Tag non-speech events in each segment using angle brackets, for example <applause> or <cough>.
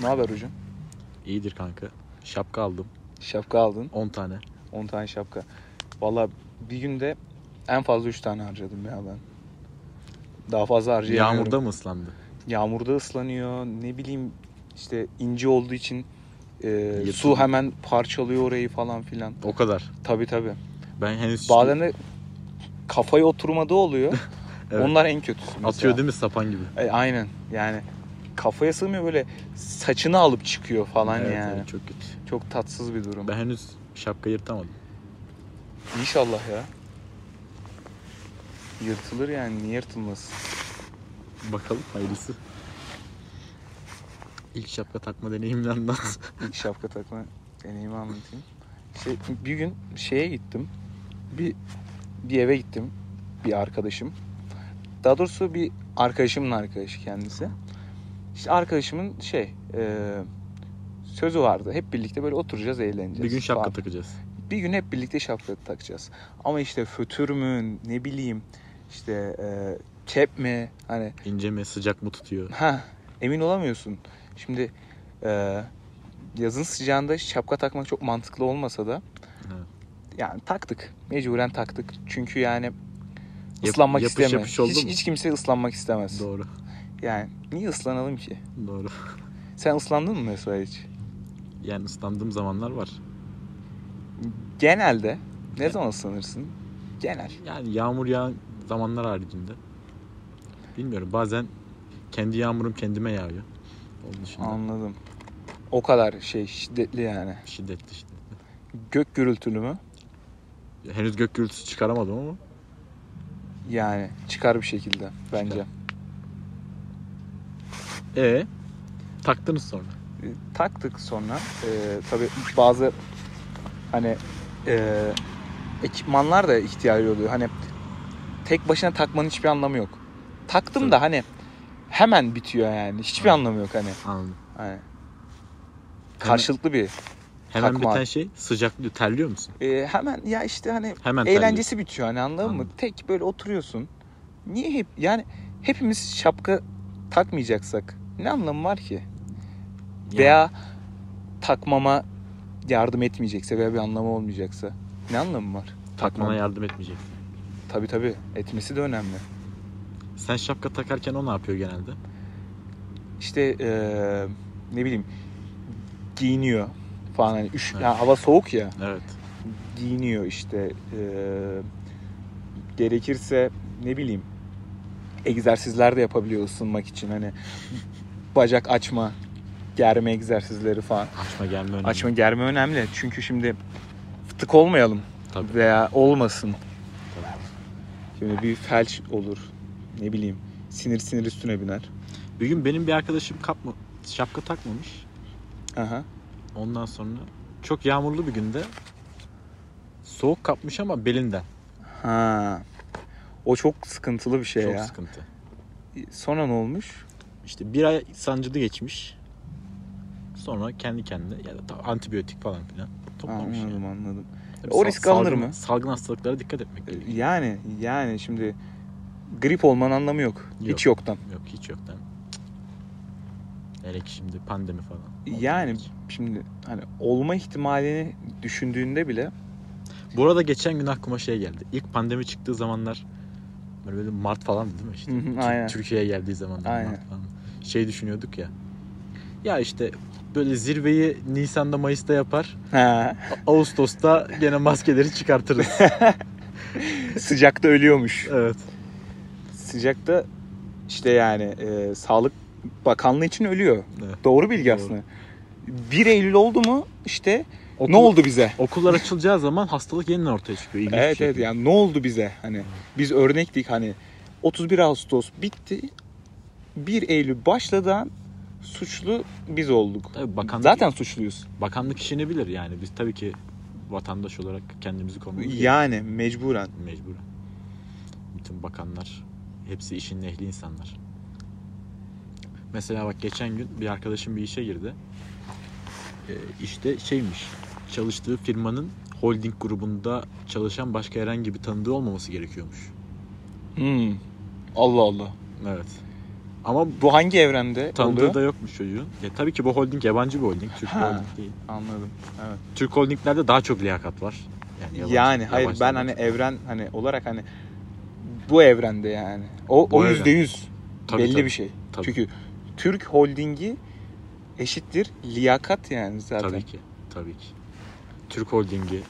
Ne haber hocam? İyidir kanka. Şapka aldım. Şapka aldın. 10 tane. 10 tane şapka. Valla bir günde en fazla 3 tane harcadım ya ben. Daha fazla harcayamıyorum. Yağmurda mı ıslandı? Yağmurda ıslanıyor. Ne bileyim işte ince olduğu için e, su Yırtılıyor. hemen parçalıyor orayı falan filan. O kadar. Tabi tabi. Ben henüz Bazen de kafaya oturmadığı <laughs> oluyor. Evet. Onlar en kötüsü mesela. atıyor değil mi sapan gibi? E, aynen yani kafaya sığmıyor böyle saçını alıp çıkıyor falan Evet, yani. evet, çok kötü. Çok tatsız bir durum. Ben henüz şapka yırtamadım. İnşallah ya. Yırtılır yani niye yırtılmaz? Bakalım hayırlısı. İlk şapka takma deneyimini anlat. <laughs> İlk şapka takma deneyimi anlatayım. İşte bir gün şeye gittim. Bir bir eve gittim. Bir arkadaşım. Daha doğrusu bir arkadaşımın arkadaşı kendisi. İşte arkadaşımın şey e, sözü vardı. Hep birlikte böyle oturacağız, eğleneceğiz. bir gün şapka falan. takacağız. Bir gün hep birlikte şapka takacağız. Ama işte fötür mü, ne bileyim işte e, kep mi hani İnce mi sıcak mı tutuyor? Ha, emin olamıyorsun. Şimdi e, yazın sıcağında şapka takmak çok mantıklı olmasa da Evet. yani taktık. Mecburen taktık. Çünkü yani Yap- ıslanmak yapış istemez. yapış oldu hiç, mu? hiç kimse ıslanmak istemez. Doğru. Yani niye ıslanalım ki? Doğru. Sen ıslandın mı mesela hiç? Yani ıslandığım zamanlar var. Genelde ne zaman ıslanırsın? Genel. Yani yağmur yağan zamanlar haricinde. Bilmiyorum bazen kendi yağmurum kendime yağıyor. Onun dışında Anladım. O kadar şey şiddetli yani. şiddetli işte. Gök gürültülü mü? Henüz gök gürültüsü çıkaramadım ama Yani çıkar bir şekilde bence. E taktınız sonra. E, taktık sonra e, tabi bazı hani e, ekipmanlar da ihtiyacı oluyor. Hani tek başına takmanın hiçbir anlamı yok. Taktım Tabii. da hani hemen bitiyor yani. Hiçbir Hı. anlamı yok hani. Anladım. Hani Karşılıklı bir. Hemen Takma. biten şey sıcaklıyor. Terliyor musun? E, hemen ya işte hani Hemen terliyorsun. eğlencesi bitiyor hani anladın mı? Anladım. Tek böyle oturuyorsun. Niye hep yani hepimiz şapka takmayacaksak ne anlamı var ki? Yani veya takmama yardım etmeyecekse veya bir anlamı olmayacaksa ne anlamı var? takmana yardım etmeyecek. Tabii tabii etmesi de önemli. Sen şapka takarken o ne yapıyor genelde? İşte eee, ne bileyim giyiniyor falan hani üş, Evet. yani hava soğuk ya Evet. giyiniyor işte eee, gerekirse ne bileyim egzersizler de yapabiliyor ısınmak için hani bacak açma germe egzersizleri falan Açma gelme önemli. açma germe önemli çünkü şimdi fıtık olmayalım Tabii. veya olmasın. Şimdi bir felç olur. Ne bileyim. Sinir sinir üstüne biner. Bir gün benim bir arkadaşım kapma, şapka takmamış. Aha. Ondan sonra çok yağmurlu bir günde soğuk kapmış ama belinden. Ha. O çok sıkıntılı bir şey Çok ya. sıkıntı. Sonra ne olmuş? İşte bir ay sancılı geçmiş. Sonra kendi kendine ya da ta- antibiyotik falan filan toplamış. yani. Anladım anladım. Tabii O risk alınır salgın- mı? Ee, Salgın hastalıklara dikkat etmek gerekiyor. Yani yani şimdi grip olmanın anlamı yok. Hiç yoktan. Yok hiç yok değil mi? Hele ki şimdi pandemi falan. Yani şimdi hani olma ihtimalini düşündüğünde bile Bu arada geçen gün aklıma şey geldi. İlk pandemi çıktığı zamanlar böyle, böyle Mart falan değil mi işte? Hı hı, Tür- aynen. Türkiye'ye geldiği zamanlar Aynen. Mart falan. Şey düşünüyorduk ya. Ya işte böyle zirveyi Nisan'da Mayıs'ta yapar. ha, <laughs> A- Ağustos'ta gene maskeleri çıkartırız. sıcakta ölüyormuş. evet. Sıcakta işte yani e, Sağlık Bakanlığı için ölüyor. evet. Doğru bilgi Doğru. aslında. 1 Eylül oldu mu işte Okul- ne oldu bize? Okullar açılacağı zaman hastalık yeniden ortaya çıkıyor. İlginç bir şey. Evet evet şekilde. yani ne oldu bize? Hani biz örnektik hani 31 Ağustos bitti. 1 Eylül başladan suçlu biz olduk. Tabii bakanlık, Zaten suçluyuz. bakanlık işini bilir yani. Biz tabii ki vatandaş olarak kendimizi korumamız Yani mecburen. Mecburen. Bütün bakanlar hepsi işin ehli insanlar. Mesela bak geçen gün bir arkadaşım bir işe girdi. Ee, işte şeymiş. Çalıştığı firmanın holding grubunda çalışan başka herhangi bir tanıdığı olmaması gerekiyormuş. Hmm. Allah Allah. Evet. Ama Bu hangi evrende tanıdığı oluyor? da yokmuş çocuğun. Ya, tabii ki bu holding yabancı bir holding. Türk bir Ha. holding değil. Anladım. Evet. Türk holdinglerde daha çok liyakat var. Yani, yabancı- yani hayır yabancı ben liyakat. hani evren hani olarak hani bu evrende yani. O Bu o evren. yüzde yüz Tabii, belli tabii, bir şey. tabii. Çünkü Türk holdingi eşittir liyakat yani zaten. Tabii ki. Tabii ki. Türk holdingi.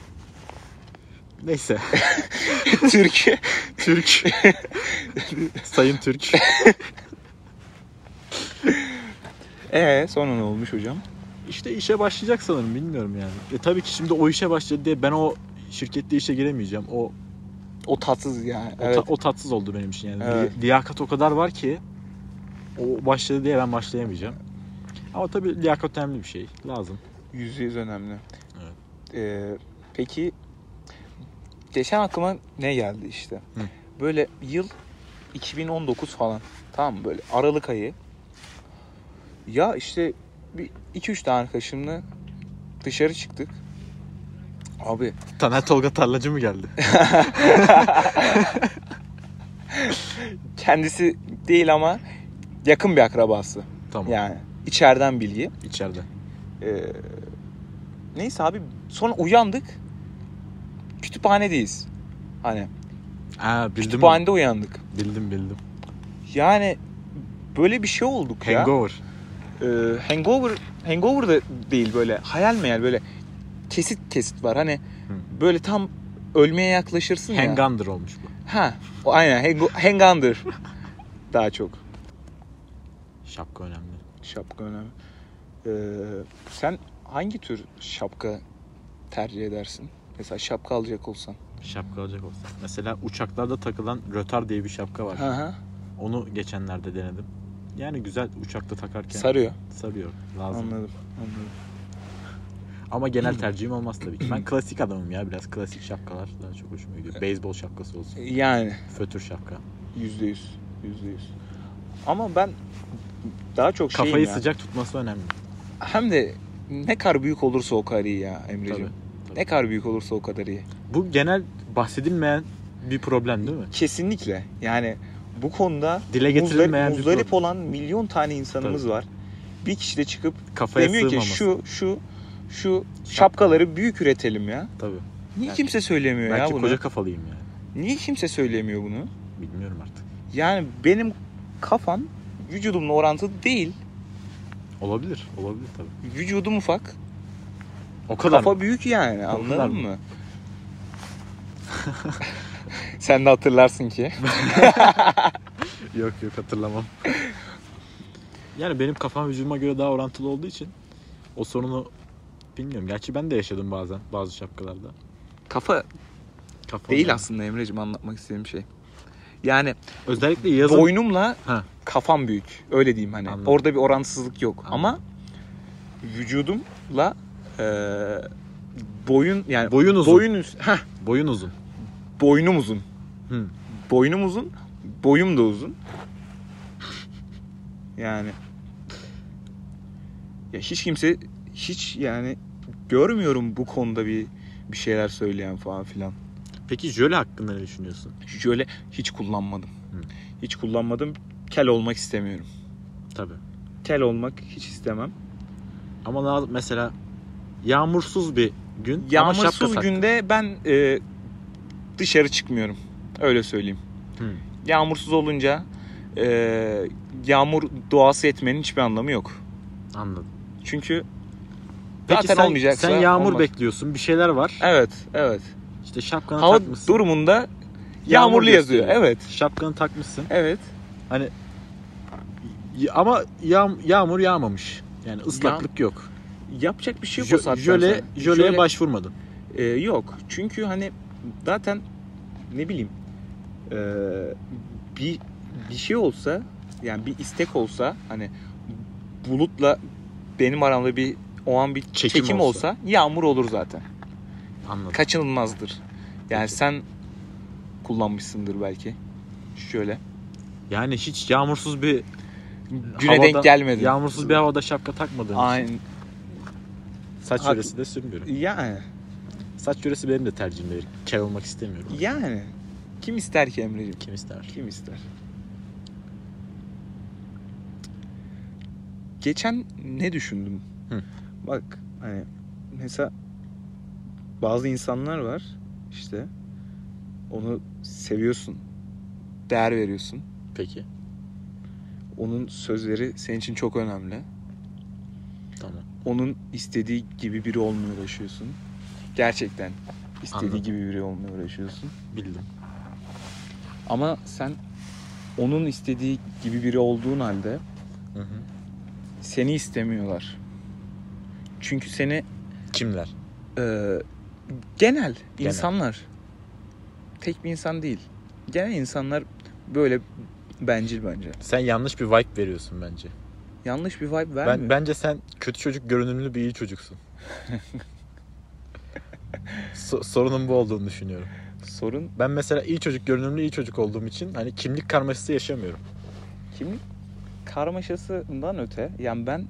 Neyse. <laughs> <laughs> Türkiye Türk. Sayın Türk. <laughs> Ee sonra ne olmuş hocam? İşte işe başlayacak sanırım bilmiyorum yani. E tabii ki şimdi o işe başladı diye ben o şirkette işe giremeyeceğim. O O tatsız yani. o, evet. ta- o tatsız oldu benim için yani. Evet. Li- Liyakat o kadar var ki o başladı diye ben başlayamayacağım. Ama tabii liyakat önemli bir şey. Lazım. Yüzde yüz önemli. Evet. Ee, peki geçen aklıma ne geldi işte? Hı. Böyle yıl 2019 falan. Tamam mı? böyle Aralık ayı. Ya işte bir iki üç tane arkadaşımla dışarı çıktık. Abi Taner Tolga Tarlacı <laughs> mı geldi? kendisi değil ama yakın bir akrabası. tamam. Yani içeriden bilgi. İçeride. Ee, neyse abi sonra uyandık. Kütüphanedeyiz. Hani Ha bildim. kütüphanede uyandık. Bildim bildim. Yani böyle bir şey olduk ya. Hangover. Ee, hangover hangover da değil böyle hayal meyal böyle kesit kesit var. Hani Hı. böyle tam ölmeye yaklaşırsın ya. Hangun'dır olmuş bu. Ha. O aynen hango- hangun'dır. Daha çok. Şapka önemli. Şapka önemli. Ee, sen hangi tür şapka tercih edersin? Mesela şapka alacak olsan. Şapka alacak olsa. Mesela uçaklarda takılan rötar diye bir şapka var. Hı hı. Onu geçenlerde denedim. Yani güzel uçakta takarken Sarıyor. sarıyor. Lazım. Anladım. Anladım. Ama genel tercihim olmaz tabii ki. Ben klasik adamım ya. Biraz klasik şapkalar daha çok hoşuma gidiyor. Beyzbol şapkası olsun. Yani Fötür şapka. yüzde yüz. Yüzde yüz. Ama ben daha çok şeyim Kafayı ya. sıcak tutması önemli. Hem de ne kadar büyük olursa o kadar iyi ya Tabii. Emre'ciğim. Ne kadar büyük olursa o kadar iyi. Bu genel bahsedilmeyen bir problem değil mi? Kesinlikle. Yani bu konuda Dile muzdarip, getirilmeyen bir muzdarip problem. olan milyon tane insanımız var. Bir kişi de çıkıp Kafaya demiyor ki sığmaması. şu şu şu şapkaları büyük üretelim ya. Tabii. Niye Belki- kimse söylemiyor Belki ya bunu? koca kafalıyım yani. Niye kimse söylemiyor bunu? Bilmiyorum artık. Yani benim kafam vücudumla orantılı değil. Olabilir. Olabilir tabii. Vücudum ufak, O kadar kafa mı? büyük yani O kadar anladın mı? <laughs> mı? Sen de hatırlarsın ki. Yok <laughs> yok hatırlamam. yani benim kafam vücuduma göre daha orantılı olduğu için o sorunu bilmiyorum. Gerçi ben de yaşadım bazen bazı şapkalarda. Kafa Kafa değil önemli. aslında Emre'cim anlatmak istediğim şey. Yani Özellikle yazın boynumla Ha. kafam büyük. Öyle diyeyim hani. Anladım. Orada bir orantısızlık yok. Anladım. Ama vücudumla eee, boyun yani boyun uzun. boyun üst- heh, Boyun uzun. boynum uzun. Hı. Boynum uzun, boyum da uzun. Yani ya hiç kimse hiç yani görmüyorum bu konuda bir bir şeyler söyleyen falan filan. Peki jöle hakkında ne düşünüyorsun? Şöyle hiç kullanmadım. Hı. Hiç kullanmadım. Kel olmak istemiyorum. Tabii. kel olmak hiç istemem. Ama na- mesela yağmursuz bir gün ama şapka Yağmursuz tak. günde ben e, dışarı çıkmıyorum. Öyle söyleyeyim. Hı. Yağmursuz olunca e, yağmur doğası etmenin hiçbir anlamı yok. Anladım. Çünkü Peki Zaten sen, olmayacaksa sen yağmur olmaz. bekliyorsun. Bir şeyler var. evet, evet. İşte şapkanı Hava takmışsın. durumunda yağmurlu Yağmur yazıyor. gösteriyor. Evet. Şapkanı takmışsın. Evet. Y- Ama yağ- yağmur yağmamış. Yani ıslaklık yok. Yapacak bir şey yok o Jö- saatten Jöle, sonra. jöleye Jöle- başvurmadım. E, yok. Çünkü hani zaten ne bileyim e, bir bir şey olsa yani bir istek olsa hani bulutla benim aramda bir o an bir çekim, Çekim olsa. olsa. yağmur olur zaten. Anladım. Kaçınılmazdır. Yani Peki. sen kullanmışsındır belki. Şöyle. yani hiç yağmursuz bir Güne havada- denk gelmedi. Yağmursuz bir havada şapka takmadığım için Aynen. saç Hak- yöresi de sürmüyorum. Yani. Saç yöresi benim de tercihim değil. Kel olmak istemiyorum. Yani. Kim ister ki Emre'ciğim? Kim ister? Kim ister? geçen ne düşündüm? Hı. Bak hani mesela bazı insanlar var işte onu seviyorsun. Değer veriyorsun. Peki. Onun sözleri senin için çok önemli. Tamam. Onun istediği gibi biri olmaya uğraşıyorsun. Gerçekten istediği Anladım. gibi biri olmaya uğraşıyorsun. Bildim. Ama sen onun istediği gibi biri olduğun halde Hı hı. seni istemiyorlar. Çünkü seni Kimler? Ee, genel insanlar tek bir insan değil. Genel insanlar böyle bencil bence. Sen yanlış bir vibe veriyorsun bence. Yanlış bir vibe Ben, vermiyor. bence sen kötü çocuk görünümlü bir iyi <laughs> çocuksun. So- sorunun bu olduğunu düşünüyorum. Sorun Ben mesela iyi çocuk görünümlü iyi çocuk olduğum için hani kimlik karmaşası yaşamıyorum. kimlik karmaşasından öte. Yani ben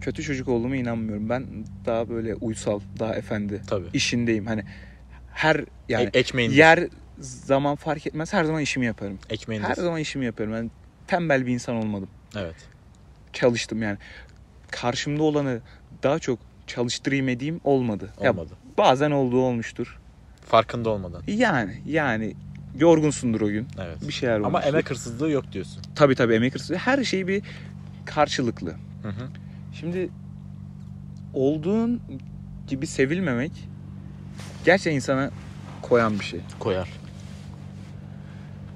kötü çocuk olduğuma inanmıyorum. Ben daha böyle uysal, daha efendi Tabii. işindeyim. Hani her yani E- ekmeğin yer zaman fark etmez. Her zaman işimi yaparım. ekmeğin Her zaman işimi yaparım. Ben tembel bir insan olmadım. Evet. çalıştım yani. Karşımda olanı daha çok çalıştırayım edeyim olmadı. Ya Olmadı. bazen olduğu olmuştur. Farkında olmadan. Yani yani yorgunsundur o gün. Evet. Bir şey şeyler olmuştur. Ama emek hırsızlığı yok diyorsun. Tabii tabii emek hırsı. Her şey bir karşılıklı. Hı hı. Şimdi olduğun gibi sevilmemek gerçekten insana koyan bir şey. Koyar.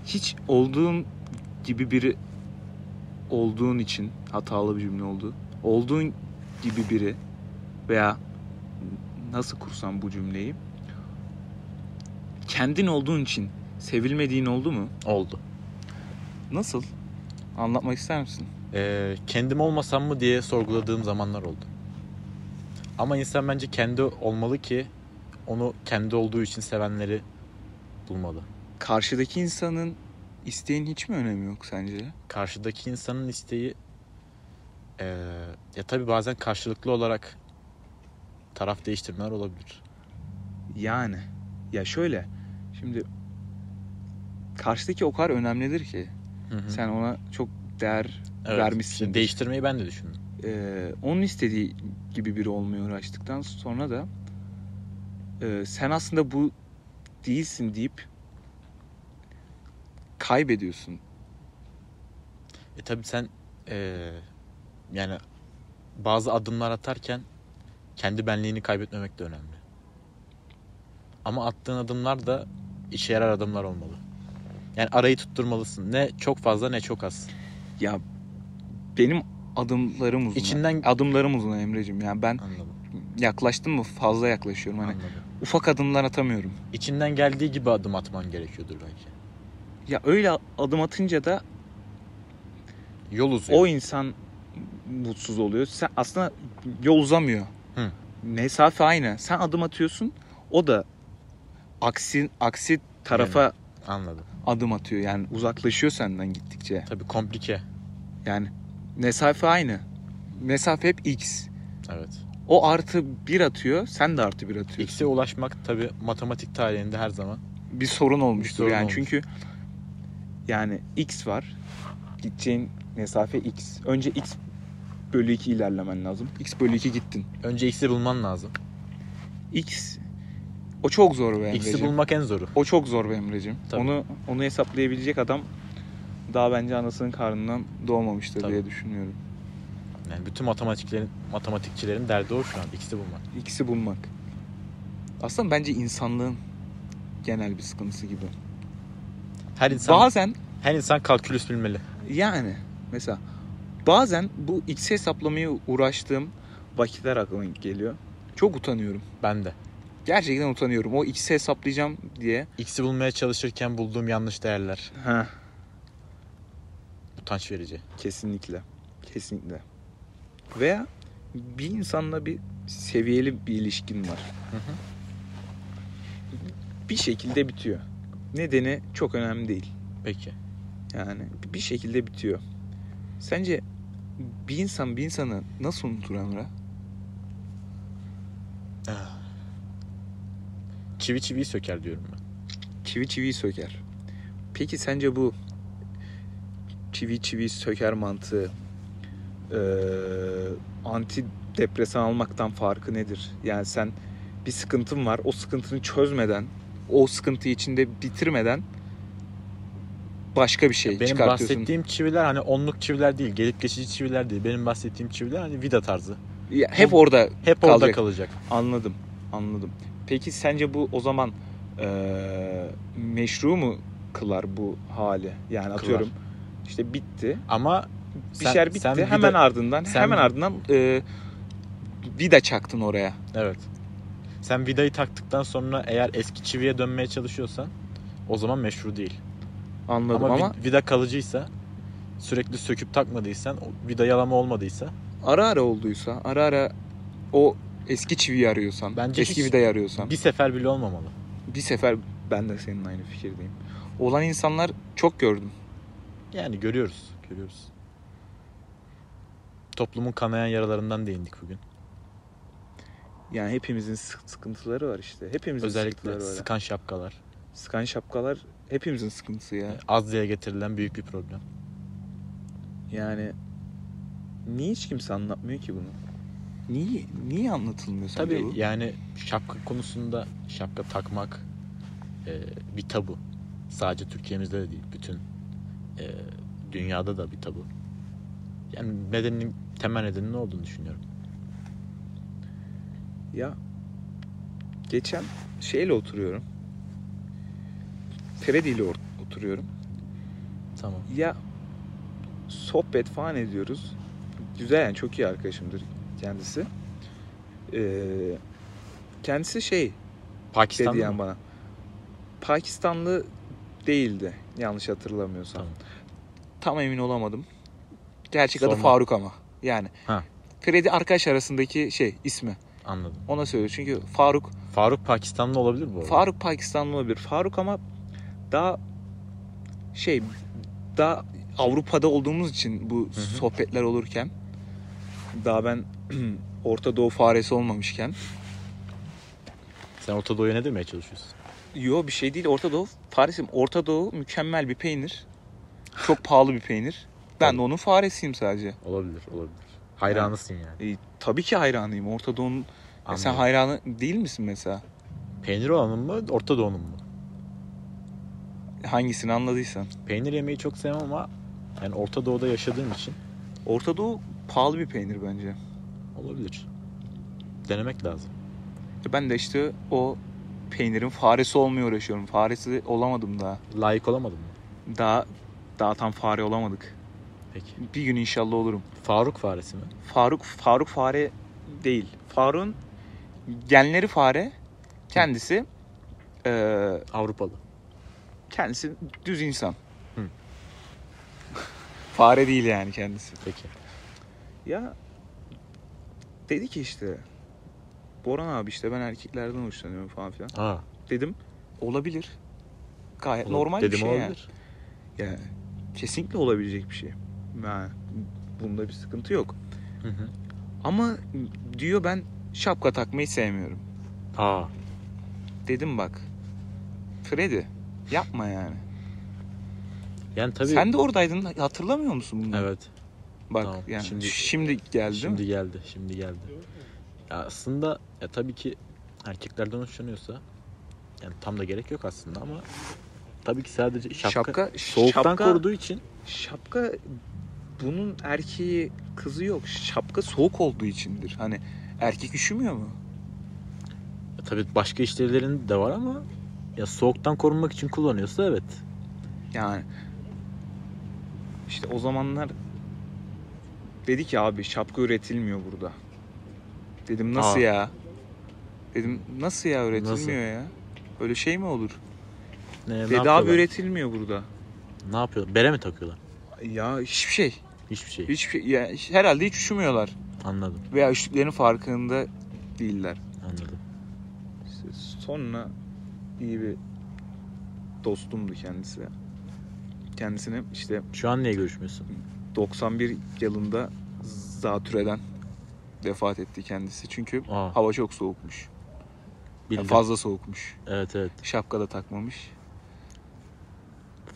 Hiç olduğun gibi biri olduğun için hatalı bir cümle oldu. Olduğun gibi biri veya nasıl kursam bu cümleyi kendin olduğun için sevilmediğin oldu mu? Oldu. Nasıl? Anlatmak ister misin? Ee, kendim olmasam mı diye sorguladığım zamanlar oldu. Ama insan bence kendi olmalı ki onu kendi olduğu için sevenleri bulmalı. Karşıdaki insanın isteğin hiç mi önemi yok sence? karşıdaki insanın isteği eee, ya tabii bazen karşılıklı olarak taraf değiştirmeler olabilir. Yani ya şöyle şimdi karşıdaki o kadar önemlidir ki Hı hı. sen ona çok değer Evet, vermişsindir. işte değiştirmeyi ben de düşündüm. Ee, onun istediği gibi biri olmaya uğraştıktan sonra da e, sen aslında bu değilsin deyip kaybediyorsun. E tabii sen eee, yani bazı adımlar atarken kendi benliğini kaybetmemek de önemli. Ama attığın adımlar da işe yarar adımlar olmalı. Yani arayı tutturmalısın. Ne çok fazla ne çok az. Ya benim adımlarım uzun. İçinden- adımlarım uzun Emre'cim. Yani ben Anladım. yaklaştım mı fazla yaklaşıyorum. Hani Anladım. ufak adımlar atamıyorum. İçinden geldiği gibi adım atman gerekiyordur belki. Ya öyle adım atınca da Yol uzuyor. o insan mutsuz oluyor. Sen aslında yol uzamıyor. Hı. Mesafe aynı. Sen adım atıyorsun. O da aksi aksi tarafa Anladım. adım atıyor. Yani uzaklaşıyor senden gittikçe. Tabii komplike. Yani mesafe aynı. Mesafe hep x. Evet. O artı bir atıyor. Sen de artı bir atıyorsun. X'e ulaşmak tabii matematik tarihinde her zaman. Bir sorun olmuştur Bir sorun yani. olmuş. Çünkü yani x var. Gideceğin mesafe x. Önce x bölü 2 ilerlemen lazım. x bölü 2 gittin. Önce X'i bulman lazım. x o çok zor be X'i Emre'cim. bulmak en zoru. O çok zor be Emre'cim. Tabii. Onu, onu hesaplayabilecek adam daha bence anasının karnından doğmamıştır Tabii. diye düşünüyorum. Yani bütün matematiklerin matematikçilerin derdi o şu an. X'i bulmak. İkisi bulmak. Aslında bence insanlığın genel bir sıkıntısı gibi. Her insan Bazen her insan kalkülüs bilmeli. yani mesela bazen bu x hesaplamaya uğraştığım vakitler aklıma geliyor. Çok utanıyorum. Ben de. Gerçekten utanıyorum. O x'i hesaplayacağım diye. X'i bulmaya çalışırken bulduğum yanlış değerler Ha, utanç verici. kesinlikle. Kesinlikle. Veya bir insanla bir seviyeli bir ilişkin var. Hı hı. Bir şekilde bitiyor. Nedeni çok önemli değil. Peki. Yani bir şekilde bitiyor. Sence bir insan bir insanı nasıl unutur Emre? Çivi çiviyi söker diyorum ben. Çivi çiviyi söker. Peki sence bu çivi çivi söker mantığı antidepresan almaktan farkı nedir? Yani sen bir sıkıntın var. O sıkıntını çözmeden, o sıkıntıyı içinde bitirmeden başka bir şey Benim çıkartıyorsun. bahsettiğim çiviler hani onluk çiviler değil. Gelip geçici çiviler değil. Benim bahsettiğim çiviler hani vida tarzı. Ya Hep orada Hep orada Kalacak. kalacak. Anladım, anladım. Peki sence bu o zaman eee, meşru mu kılar bu hali? Yani atıyorum işte bitti, Ama bir sen- şeyler bitti. sen vida- hemen ardından, sen- hemen ardından eee, vida çaktın oraya. Evet. Sen vidayı taktıktan sonra eğer eski çiviye dönmeye çalışıyorsan o zaman meşru değil. Anladım ama, ama, vid- vida kalıcıysa sürekli söküp takmadıysan o vida yalama olmadıysa ara ara olduysa, ara ara o eski çiviyi arıyorsan, Bence eski hiç- vidayı arıyorsan, bir sefer bile olmamalı. bir sefer ben de senin aynı fikirdeyim. Olan insanlar çok gördüm. Yani görüyoruz. Görüyoruz. Toplumun kanayan yaralarından değindik bugün. Yani hepimizin sık- sıkıntıları var işte. Hepimizin Özellikle sıkıntıları var. sıkan şapkalar. Sıkan şapkalar hepimizin sıkıntısı ya. Az dile getirilen büyük bir problem. Yani niye hiç kimse anlatmıyor ki bunu? Niye niye anlatılmıyor sence Tabii bu? yani şapka konusunda şapka takmak e, bir tabu. Sadece Türkiye'mizde de değil, bütün e, dünyada da bir tabu. Yani nedeninin temel nedeni ne olduğunu düşünüyorum. Ya geçen şeyle oturuyorum. Feredi ile or- oturuyorum. Tamam. Ya sohbet falan ediyoruz. Güzel yani çok iyi arkadaşımdır kendisi. Ee, kendisi şey Pakistan dedi yani bana. Pakistanlı değildi yanlış hatırlamıyorsam. Tamam. Tam emin olamadım. Gerçek adı Sorma. Faruk ama. Yani Ha. Freddy arkadaş arasındaki şey ismi. Anladım. Ona söylüyor. Çünkü Faruk Faruk Pakistanlı olabilir bu arada. Faruk Pakistanlı olabilir. Faruk ama daha şey daha Avrupa'da olduğumuz için bu Hı hı. sohbetler olurken daha ben <clears throat> Orta Doğu faresi olmamışken Sen Orta Doğu'ya ne demeye çalışıyorsun? Yo bir şey değil. Orta Doğu faresim. Orta Doğu mükemmel bir peynir. Çok pahalı bir peynir. Ben de onun faresiyim sadece. Olabilir, olabilir. Hayranısın yani. E, tabii ki hayranıyım. Orta Doğu'nun... E, sen Anladım. hayranı değil misin mesela? Peynir olanın mı, Orta Doğu'nun mu? Hangisini anladıysan. Peynir yemeyi çok sevmem ama yani Orta Doğu'da yaşadığım için Orta Doğu pahalı bir peynir bence. olabilir. Denemek lazım. E, Ben de işte o peynirin faresi olmaya uğraşıyorum. Faresi olamadım daha. Layık olamadın mı? Daha daha tam fare olamadık. Peki. Bir gün inşallah olurum. Faruk faresi mi? Faruk Faruk fare değil. Faruk'un genleri fare. Kendisi eee Avrupalı. kendisi düz insan. Hı. <laughs> Fare değil yani kendisi. Peki. Ya dedi ki işte Boran abi işte ben erkeklerden hoşlanıyorum falan filan. Aa, Dedim olabilir. Gayet olur. normal Dedim bir şey yani. olabilir. yani. Kesinlikle olabilecek bir şey. Yani bunda bir sıkıntı yok. Hı hı. Ama diyor ben şapka takmayı sevmiyorum. Aa, Dedim bak. Freddy yapma yani. yani tabii. Sen de oradaydın hatırlamıyor musun bunu? Evet. Bak Tamam, yani şimdi, şimdi- geldi değil mi? şimdi geldi, şimdi geldi. Ya aslında ya tabii ki erkeklerden hoşlanıyorsa yani tam da gerek yok aslında ama tabii ki sadece şapka, soğuktan şapka, koruduğu için Şapka bunun erkeği kızı yok. Şapka soğuk olduğu içindir. Hani erkek üşümüyor mu? ya tabii başka işlevlerin de var ama ya soğuktan korunmak için kullanıyorsa evet. Yani işte o zamanlar dedi ki abi şapka üretilmiyor burada. Dedim nasıl Aa. ya? Dedim nasıl ya üretilmiyor Nasıl? ya? Öyle şey mi olur? Ne, ne dedi abi yapıyorlar? üretilmiyor burada. Ne yapıyorlar? Bere mi takıyorlar? Ya hiçbir şey. Hiçbir şey. Hiçbir şey. Ya, herhalde hiç üşümüyorlar. Anladım, Veya üşüdüklerinin farkında değiller. anladım. İşte sonra iyi bir dostumdu kendisi. Kendisini işte Şu an niye görüşmüyorsun? 91 yılında zatürreden vefat etti kendisi. Çünkü Aa, hava çok soğukmuş. Yani bildim. fazla soğukmuş. Evet evet. Şapka da takmamış.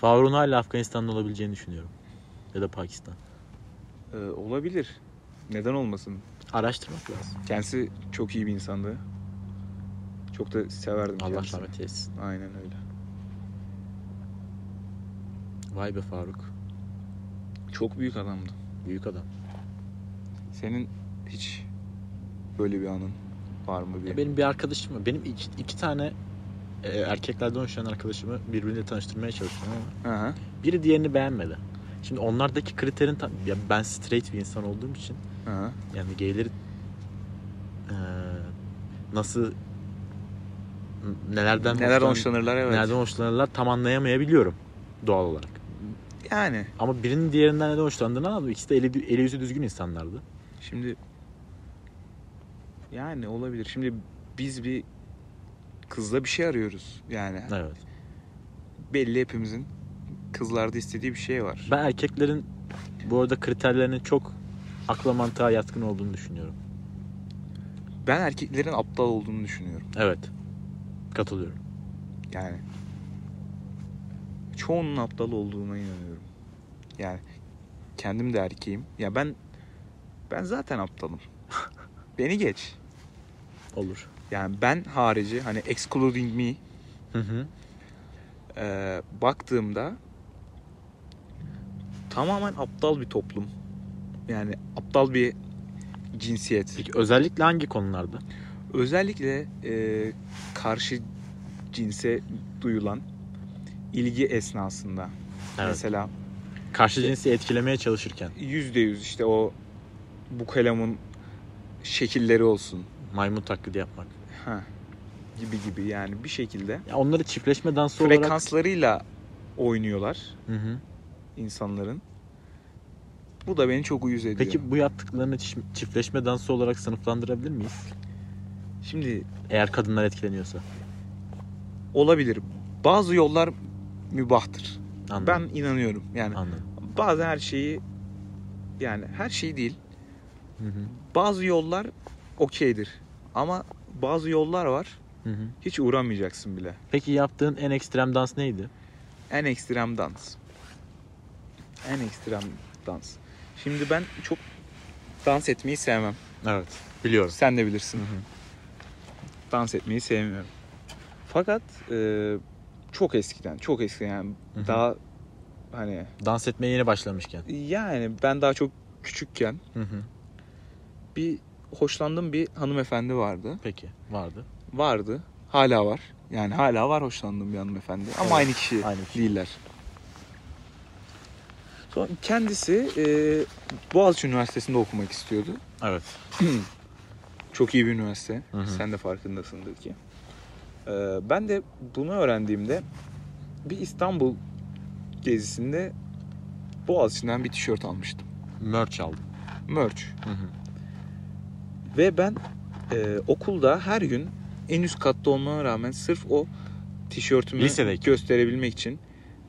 Faruk'un hala Afganistan'da olabileceğini düşünüyorum. Ya da Pakistan. Ee, olabilir. Neden olmasın? Araştırmak lazım. Kendisi çok iyi bir insandı. Çok da severdim Allah kendisini. rahmet eylesin. Aynen öyle. Vay be Faruk. Çok büyük adamdı. Büyük adam. Senin hiç böyle bir anın var mı? Bir? Ya Benim bir arkadaşım var. Benim iki, iki tane e, erkeklerden oluşan arkadaşımı birbiriyle tanıştırmaya çalıştım ama Hı hı. biri diğerini beğenmedi. Şimdi onlardaki kriterin tam... Ya ben straight bir insan olduğum için Hı hı. yani gayleri e, nasıl nelerden Neler hoşlan- hoşlanırlar evet. nelerden hoşlanırlar tam anlayamayabiliyorum doğal olarak. Yani Ama birinin diğerinden neden hoşlandığını anladım. İkisi de eli, eli yüzü düzgün insanlardı. şimdi yani olabilir. Şimdi biz bir kızla bir şey arıyoruz. Yani Evet. belli hepimizin kızlarda istediği bir şey var. Ben erkeklerin bu arada kriterlerinin çok akla mantığa yatkın olduğunu düşünüyorum. Ben erkeklerin aptal olduğunu düşünüyorum. Evet. Katılıyorum. Yani çoğunun aptal olduğuna inanıyorum. Yani kendim de erkeğim. Ya ben ben zaten aptalım. <laughs> Beni geç. Olur. Yani ben harici hani excluding me Hı hı. e, baktığımda tamamen aptal bir toplum. Yani aptal bir cinsiyet. Peki özellikle hangi konularda? Özellikle e, karşı cinse duyulan ilgi esnasında. Evet. Mesela Karşı cinsi etkilemeye çalışırken. yüzde yüz işte o bu kalemin şekilleri olsun Maymun taklidi yapmak. ha gibi gibi yani bir şekilde Ya onları çiftleşme dansı olarak... frekanslarıyla oynuyorlar Hı hı. insanların. Bu da beni çok uyuz ediyor. Peki bu yaptıklarını çi- çiftleşme dansı olarak sınıflandırabilir miyiz? şimdi Eğer kadınlar etkileniyorsa. olabilir. Bazı yollar mübahtır. Anladım. Ben inanıyorum. Yani Anladım. bazı her şeyi yani her şey değil. Hı hı. Bazı yollar okeydir. Ama bazı yollar var. Hı hı. Hiç uğramayacaksın bile. Peki yaptığın en ekstrem dans neydi? En ekstrem dans. En ekstrem dans. Şimdi ben çok dans etmeyi sevmem. Evet. Biliyorum. Sen de bilirsin. Hı hı. Dans etmeyi sevmiyorum. Fakat e, çok eskiden, çok eskiden yani Hı hı. daha hani Dans etmeye yeni başlamışken. yani ben daha çok küçükken Hı hı. bir hoşlandığım bir hanımefendi vardı. Peki. Vardı. Vardı. Hala var. Yani hala var hoşlandığım bir hanımefendi. Ama Evet, aynı kişi aynı kişi. değiller. Sonra kendisi e, Boğaziçi Üniversitesi'nde okumak istiyordu. Evet. Çok iyi bir üniversite. Hı hı. Sen de farkındasındır ki. E, ben de bunu öğrendiğimde bir İstanbul gezisinde Boğaziçi'nden bir tişört almıştım. Merch aldım. Merch. Hı hı. Ve ben e, okulda her gün en üst katta olmama rağmen sırf o tişörtümü Lisedeyken. gösterebilmek için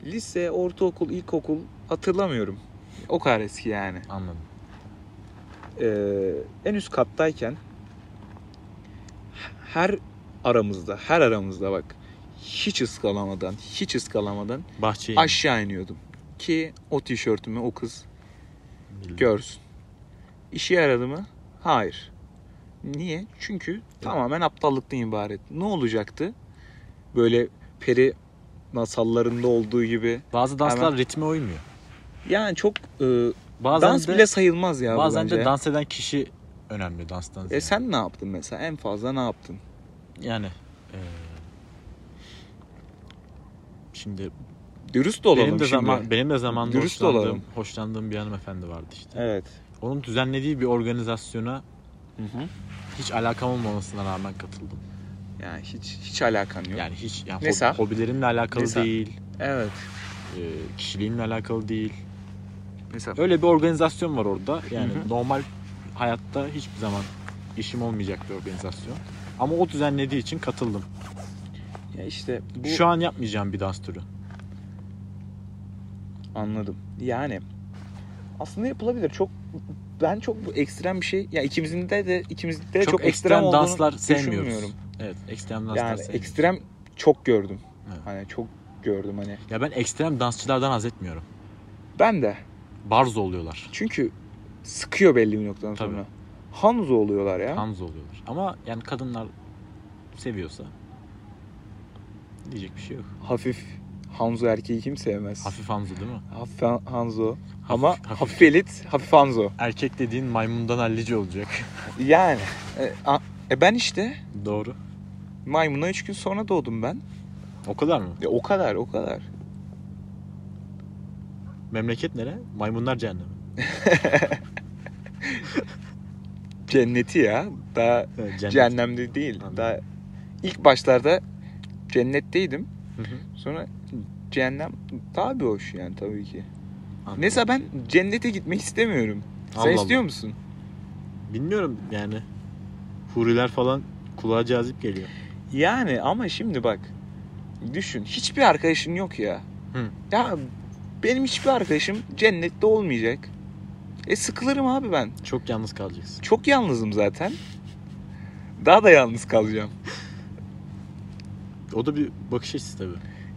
lise, ortaokul, ilkokul hatırlamıyorum. O kadar eski yani. Anladım. E, en üst kattayken her aramızda, her aramızda bak hiç ıskalamadan, hiç ıskalamadan Bahçeyi aşağı iniyordum. Ki o tişörtümü o kız Bildim. görsün. İşe yaradı mı? Hayır. Niye? Çünkü tamamen aptallıktan ibaret. Ne olacaktı? Böyle peri masallarında olduğu gibi. Bazı danslar Hemen. ritme uymuyor. Yani çok e, Bazen dans de bile sayılmaz ya bu bazen bence. de dans eden kişi önemli danstan. E ziyade. sen ne yaptın mesela? En fazla ne yaptın? yani e, şimdi Dürüst olalım benim de şimdi. zaman benim de zamanında Dürüst hoşlandığım, olalım. hoşlandığım bir hanımefendi vardı işte. Evet. Onun düzenlediği bir organizasyona Hı hı. hiç alakam olmamasına rağmen katıldım. Yani hiç hiç alakan yok. Yani hiç yani Mesela? hob- hobilerimle alakalı Mesela? değil, Evet. e, kişiliğimle alakalı değil. Mesela Öyle bir organizasyon var orada. Yani Hı hı. normal hayatta hiçbir zaman işim olmayacak bir organizasyon. Ama o düzenlediği için katıldım. ya işte bu Şu an yapmayacağım bir dans türü. Anladım. Yani aslında yapılabilir. Çok ben çok bu ekstrem bir şey. Ya ikimizin de de ikimizde de çok, ekstrem, olduğunu danslar düşünmüyorum. sevmiyoruz. Evet, ekstrem danslar Yani sevmiyoruz. ekstrem çok gördüm. Evet. Hani çok gördüm hani. Ya ben ekstrem dansçılardan haz etmiyorum. Ben de Barzo oluyorlar. çünkü sıkıyor belli bir noktadan Tabii. sonra. Hanzo oluyorlar ya. Hanzo oluyorlar. Ama yani kadınlar seviyorsa diyecek bir şey yok. Hafif Hanzo erkeği kim sevmez? Hafif, Hafif Hanzo değil mi? Han- Hanzo. Ama hafif, hafif. elit, hafif Hanzo. Erkek dediğin maymundan hallice olacak. <laughs> Yani. E, a- e ben işte Doğru. maymuna 3 gün sonra doğdum ben. O kadar mı? Ya o kadar, o kadar. Memleket nere? Maymunlar cehennemi. Cenneti ya. Daha Evet, cennet. cehennemde değil. Anladım. Daha ilk başlarda cennetteydim. Hı hı. Sonra cehennem daha bir hoş yani tabii ki. Anladım. Neyse ben cennete gitmek istemiyorum. Allah Sen Allah. istiyor musun? Bilmiyorum yani. Huriler falan kulağa cazip geliyor. Yani ama şimdi bak. Düşün. Hiçbir arkadaşın yok ya. Hı. Ya benim hiçbir arkadaşım cennette olmayacak. E sıkılırım abi ben. Çok yalnız kalacaksın. Çok yalnızım zaten. Daha da yalnız kalacağım. O da bir bakış açısı tabii.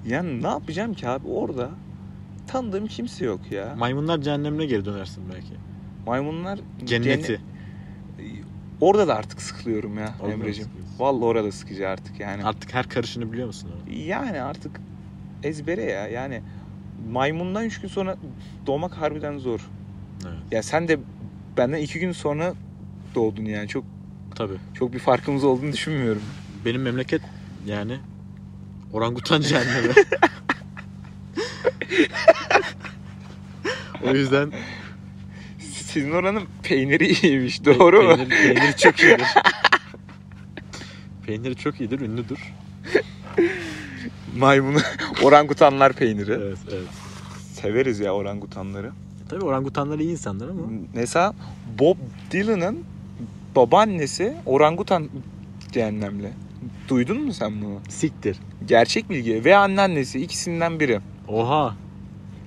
Yani ne yapacağım ki abi orada? Tanıdığım kimse yok ya. Maymunlar cehennemine geri dönersin belki. Maymunlar Cenneti. cennet- Orada da artık sıkılıyorum ya Orada Emre'cim. mısınız? Vallahi orada sıkıcı artık yani. Artık her karışını biliyor musun? orada? Yani artık ezbere ya. Yani maymundan 3 gün sonra doğmak harbiden zor. Evet. Ya sen de benden 2 gün sonra doğdun yani. Çok Tabii. çok bir farkımız olduğunu düşünmüyorum. Benim memleket yani orangutan <laughs> cehennemi. o yüzden Sizin oranın peyniri <laughs> iyiymiş. Doğru mu? peynir, peynir çok <laughs> iyidir. Peyniri çok iyidir, ünlüdür. Maymun. <laughs> Orangutanlar peyniri. Evet, evet. Severiz ya orangutanları. Tabii orangutanlar iyi insanlar ama Mesela Bob Dylan'ın babaannesi orangutan cehennemli. Duydun mu sen bunu? siktir. Gerçek bilgi ve anneannesi ikisinden biri. Oha.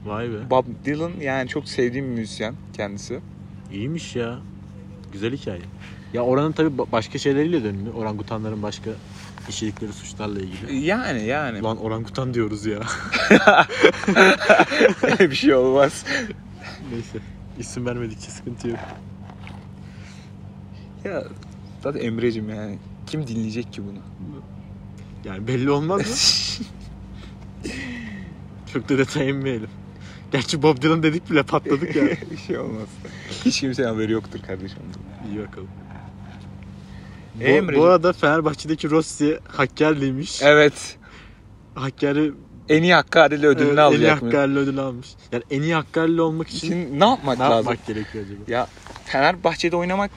Vay be. Bob Dylan yani çok sevdiğim bir müzisyen kendisi. İyiymiş ya. Güzel hikaye. Ya oranın tabii ba- başka şeyleriyle de ünlü. Orangutanların başka işledikleri suçlarla ilgili. Yani yani. <laughs> Lan orangutan diyoruz ya. bir şey olmaz. <laughs> Neyse. İsim vermedikçe sıkıntı yok. Ya zaten Emre'cim yani kim dinleyecek ki bunu? Yani belli olmaz mı? <laughs> Çok da detay inmeyelim. Gerçi Bob Dylan dedik bile patladık ya. <laughs> bir şey olmaz. Hiç kimsenin haberi yoktur kardeşim. <laughs> İyi bakalım. Bu, Ee, Emre'cim? bu arada Fenerbahçe'deki Rossi Hakkari'liymiş. Evet. Hakkari e, En iyi Hakkari'li ödülünü en iyi alacak mı? Hakkari'li ödülü almış. Yani en iyi Hakkari'li olmak için Şimdi ne yapmak ne lazım? yapmak gerekiyor acaba? Ya Fenerbahçe'de oynamak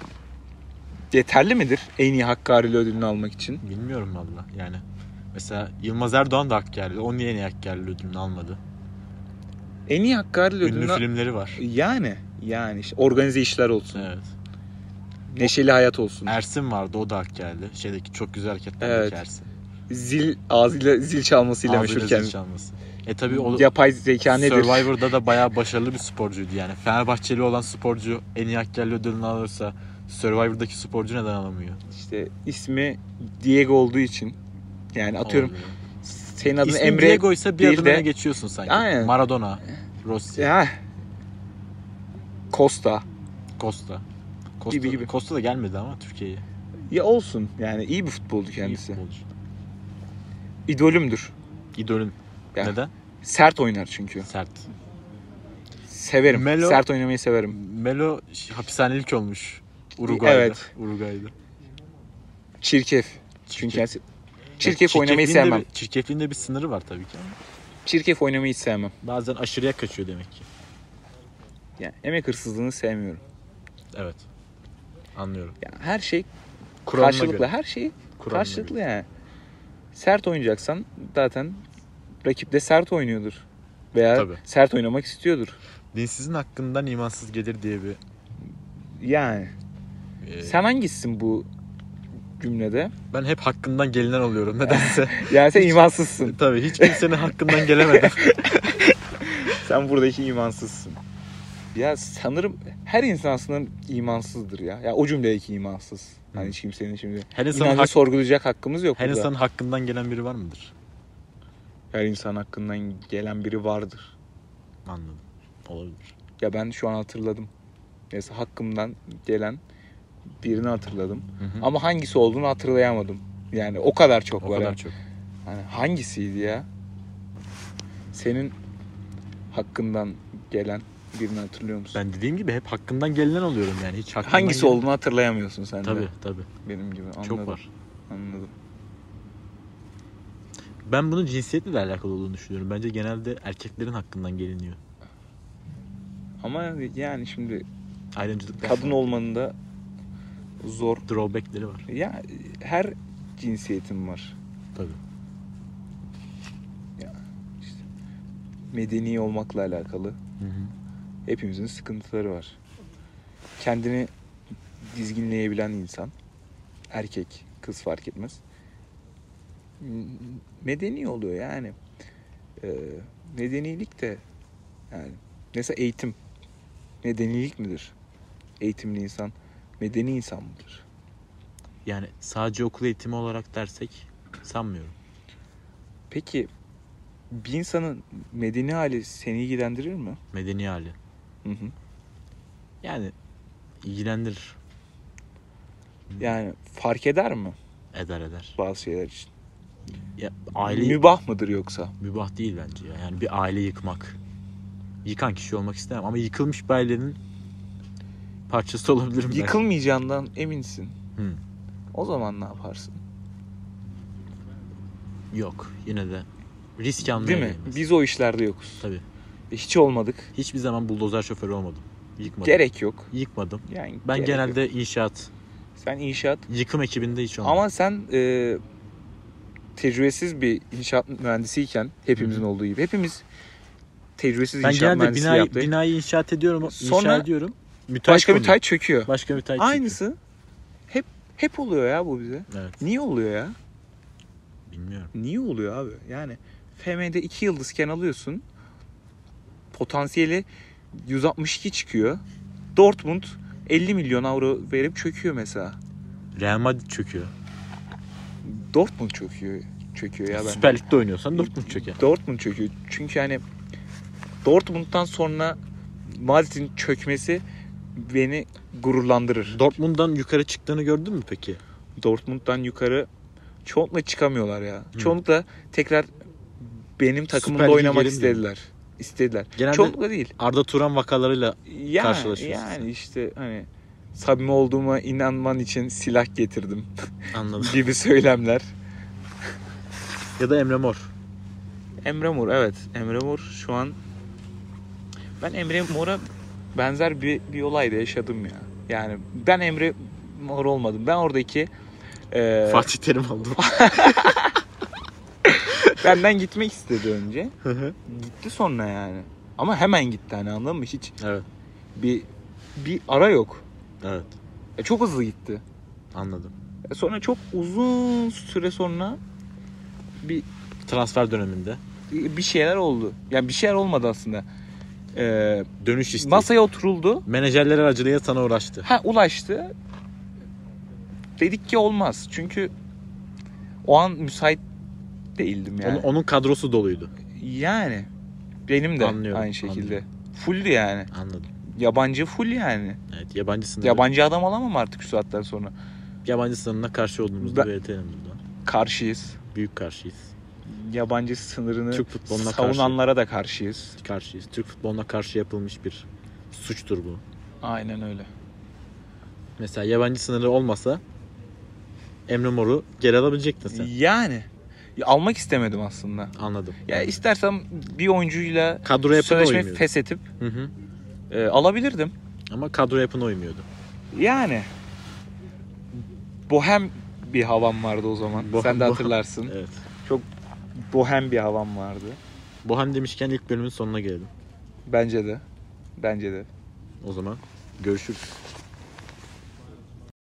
yeterli midir en iyi Hakkari'li ödülünü almak için? Bilmiyorum valla yani. Mesela Yılmaz Erdoğan da Hakkari'li. O niye en iyi Hakkari'li ödülünü almadı? En iyi Hakkari'li Ünlü ödülünü... filmleri var. Yani yani işte organize işler olsun. Evet. Neşeli hayat olsun. Ersin vardı o da Hakkari'li. Şeydeki çok güzel hareketlerdeki Evet. Ersin. Zil ağzıyla zil çalmasıyla Ağzıyla meşhurken. zil çalması. E tabi o Yapay zeka nedir? Survivor'da da bayağı başarılı bir sporcuydu yani. Fenerbahçeli olan sporcu en iyi Hakkari'li ödülünü alırsa Survivor'daki sporcu neden alamıyor? İşte ismi Diego olduğu için. Yani atıyorum Olabilir. senin adın İsmin Emre. Diego ise bir değil adım öne de- geçiyorsun sanki. Aynen. Maradona, Rossi, Ya. Costa. Costa. Costa, Gibi gibi. Costa da gelmedi ama Türkiye'ye. İyi Ya olsun yani iyi bir futbolcu kendisi. futbolcu. İdolümdür. İdolün. Ya. Neden? Sert oynar çünkü. Sert. Severim. Melo- Sert oynamayı severim. Melo ş- hapishanelik olmuş. Uruguay'da. Evet. Uruguay'da. Çirkef. Çünkü Çirkef- kendisi... Çirkef oynamayı çirkefliğin de sevmem. bir- çirkefliğin de bir sınırı var tabii ki. ama Çirkef oynamayı hiç sevmem. Bazen aşırıya kaçıyor demek ki. Yani emek hırsızlığını sevmiyorum. Evet. Anlıyorum. Yani her şey Kuralına karşılıklı. göre. Her şey Kuralına karşılıklı göre. yani. Sert oynayacaksan zaten rakip de sert oynuyordur. Veya Tabii. sert oynamak istiyordur. Dinsizin hakkından imansız gelir diye bir... Yani. e, Sen hangisisin bu cümlede? Ben hep hakkından gelinen oluyorum nedense. <laughs> Yani sen imansızsın. tabii hiç kimsenin hakkından gelemedim. <laughs> Sen buradaki imansızsın. Ya sanırım her insan sanırım imansızdır ya. Ya o cümledeki imansız. Hani Hı. hiç kimsenin şimdi Her insanın, inancı hak- sorgulayacak hakkımız yok her burada. insanın hakkından gelen biri var mıdır? Her insan hakkından gelen biri vardır. Anladım. Olabilir. Ya ben şu an hatırladım. Neyse hakkımdan gelen birini hatırladım. Hı hı. Ama hangisi olduğunu hatırlayamadım. Yani o kadar çok o var. kadar ha. çok. Hani hangisiydi ya? Senin hakkından gelen birini hatırlıyor musun? Ben dediğim gibi hep hakkından gelinen oluyorum yani. Hiç hakkından Hangisi gelen- olduğunu hatırlayamıyorsun sen de. Tabii tabii. Benim gibi. Anladım. Çok var. Anladım. Ben bunun cinsiyetle de alakalı olduğunu düşünüyorum. Bence genelde erkeklerin hakkından geliniyor. Ama yani şimdi Ayrımcılık kadın olmanın da zor. drawback'leri var. Ya her cinsiyetin var. Tabii. Medeni olmakla alakalı. Hı hı. Hepimizin sıkıntıları var. Kendini dizginleyebilen insan. Erkek, kız fark etmez. M- Medeni oluyor yani. Ee, medenilik de yani mesela eğitim medenilik midir? Eğitimli insan medeni insan mıdır? Yani sadece okul eğitimi olarak dersek sanmıyorum. Peki bir insanın medeni hali seni ilgilendirir mi? Medeni hali. Hı hı. Yani ilgilendirir. Yani fark eder mi Eder eder. bazı şeyler için? Ya, aile Mübah mıdır yoksa? mübah değil bence ya. Yani bir aile yıkmak. Yıkan kişi olmak istemem ama yıkılmış bir ailenin parçası olabilirim ben. Yıkılmayacağından eminsin. Hı. O zaman ne yaparsın? Yok yine de risk almaya Değil mi? değmez. Biz o işlerde yokuz. Tabii. E, Hiç olmadık. Hiçbir zaman buldozer şoförü olmadım. Yıkmadım. Gerek yok. Yıkmadım. Yani Ben gerek yok. genelde inşaat, sen inşaat yıkım ekibinde hiç olmadım. ama sen e, tecrübesiz bir inşaat mühendisiyken hepimizin Hı olduğu gibi hepimiz tecrübesiz ben inşaat genelde mühendisi binayı, yaptık. binayı inşaat ediyorum, Sonra inşa ediyorum. Müteahhit Başka bir oluyor. tay çöküyor. Başka bir tayt. Aynısı. Hep hep oluyor ya bu bize. çıkıyor. Evet. Niye oluyor ya? Bilmiyorum. Niye oluyor abi? Yani FM'de 2 yıldızken alıyorsun. Potansiyeli 162 çıkıyor. Dortmund 50 milyon avro verip çöküyor mesela. Real Madrid çöküyor. Dortmund çöküyor. Çöküyor ya ben. Süper Lig'de oynuyorsan Dortmund çöker. Dortmund çöküyor. Çünkü hani Dortmund'dan sonra Madrid'in çökmesi beni gururlandırır. Dortmund'dan yukarı çıktığını gördün mü peki? Dortmund'dan yukarı çoğunlukla çıkamıyorlar ya. Hı. Çoğunlukla tekrar benim Süper takımımda Lig'e oynamak gelelim istediler. İstediler. Genelde Çoğunlukla değil. Arda Turan vakalarıyla Yani, karşılaşıyorsun sen. Yani işte hani Sabime olduğuma inanman için silah getirdim <laughs> anladım. gibi söylemler. ya da Emre Mor. Emre Mor evet. Emre Mor şu an ben Emre Mor'a benzer bir, bir olay da yaşadım ya. Yani ben Emre Mor olmadım. Ben oradaki e, Fatih Terim oldu. <laughs> <laughs> benden gitmek istedi önce. Gitti sonra yani. Ama hemen gitti hani anladın mı? Hiç evet. bir bir ara yok. Evet. E, çok hızlı gitti. Anladım. E, sonra çok uzun süre sonra bir Transfer döneminde bir şeyler oldu. Yani bir şeyler olmadı aslında. Ee, dönüş isteği. masaya oturuldu. Menajerler aracılığıyla sana uğraştı. Ha ulaştı. Dedik ki olmaz. Çünkü o an müsait değildim yani. Onun, onun kadrosu doluydu. Yani benim de Anlıyorum, aynı şekilde. anlıyorum. Fulldü yani. Anladım. Yabancı full yani. Evet yabancı sınırı, Yabancı adam alamam artık şu saatten sonra. yabancı sınırına karşı olduğumuzu Ben- belirtelim burada. Karşıyız. Büyük karşıyız. Yabancı sınırını Türk futboluna savunanlara da karşıyız. Karşıyız. Türk futboluna karşı yapılmış bir suçtur bu. Aynen öyle. Mesela yabancı sınırı olmasa Emre Mor'u geri alabilecektin sen. Yani Ya, almak istemedim aslında. Anladım. Ya istersem bir oyuncuyla kadro yapına sözleşme uymuyordu. feshetip Hı hı. e, alabilirdim. Ama kadro yapına uymuyordu. Yani bohem bir havam vardı o zaman. Bohem- Sen de bohem. hatırlarsın. <laughs> Evet. Bohem bir havam vardı. Bohem demişken ilk bölümün sonuna gelelim. Bence de. Bence de. O zaman görüşürüz.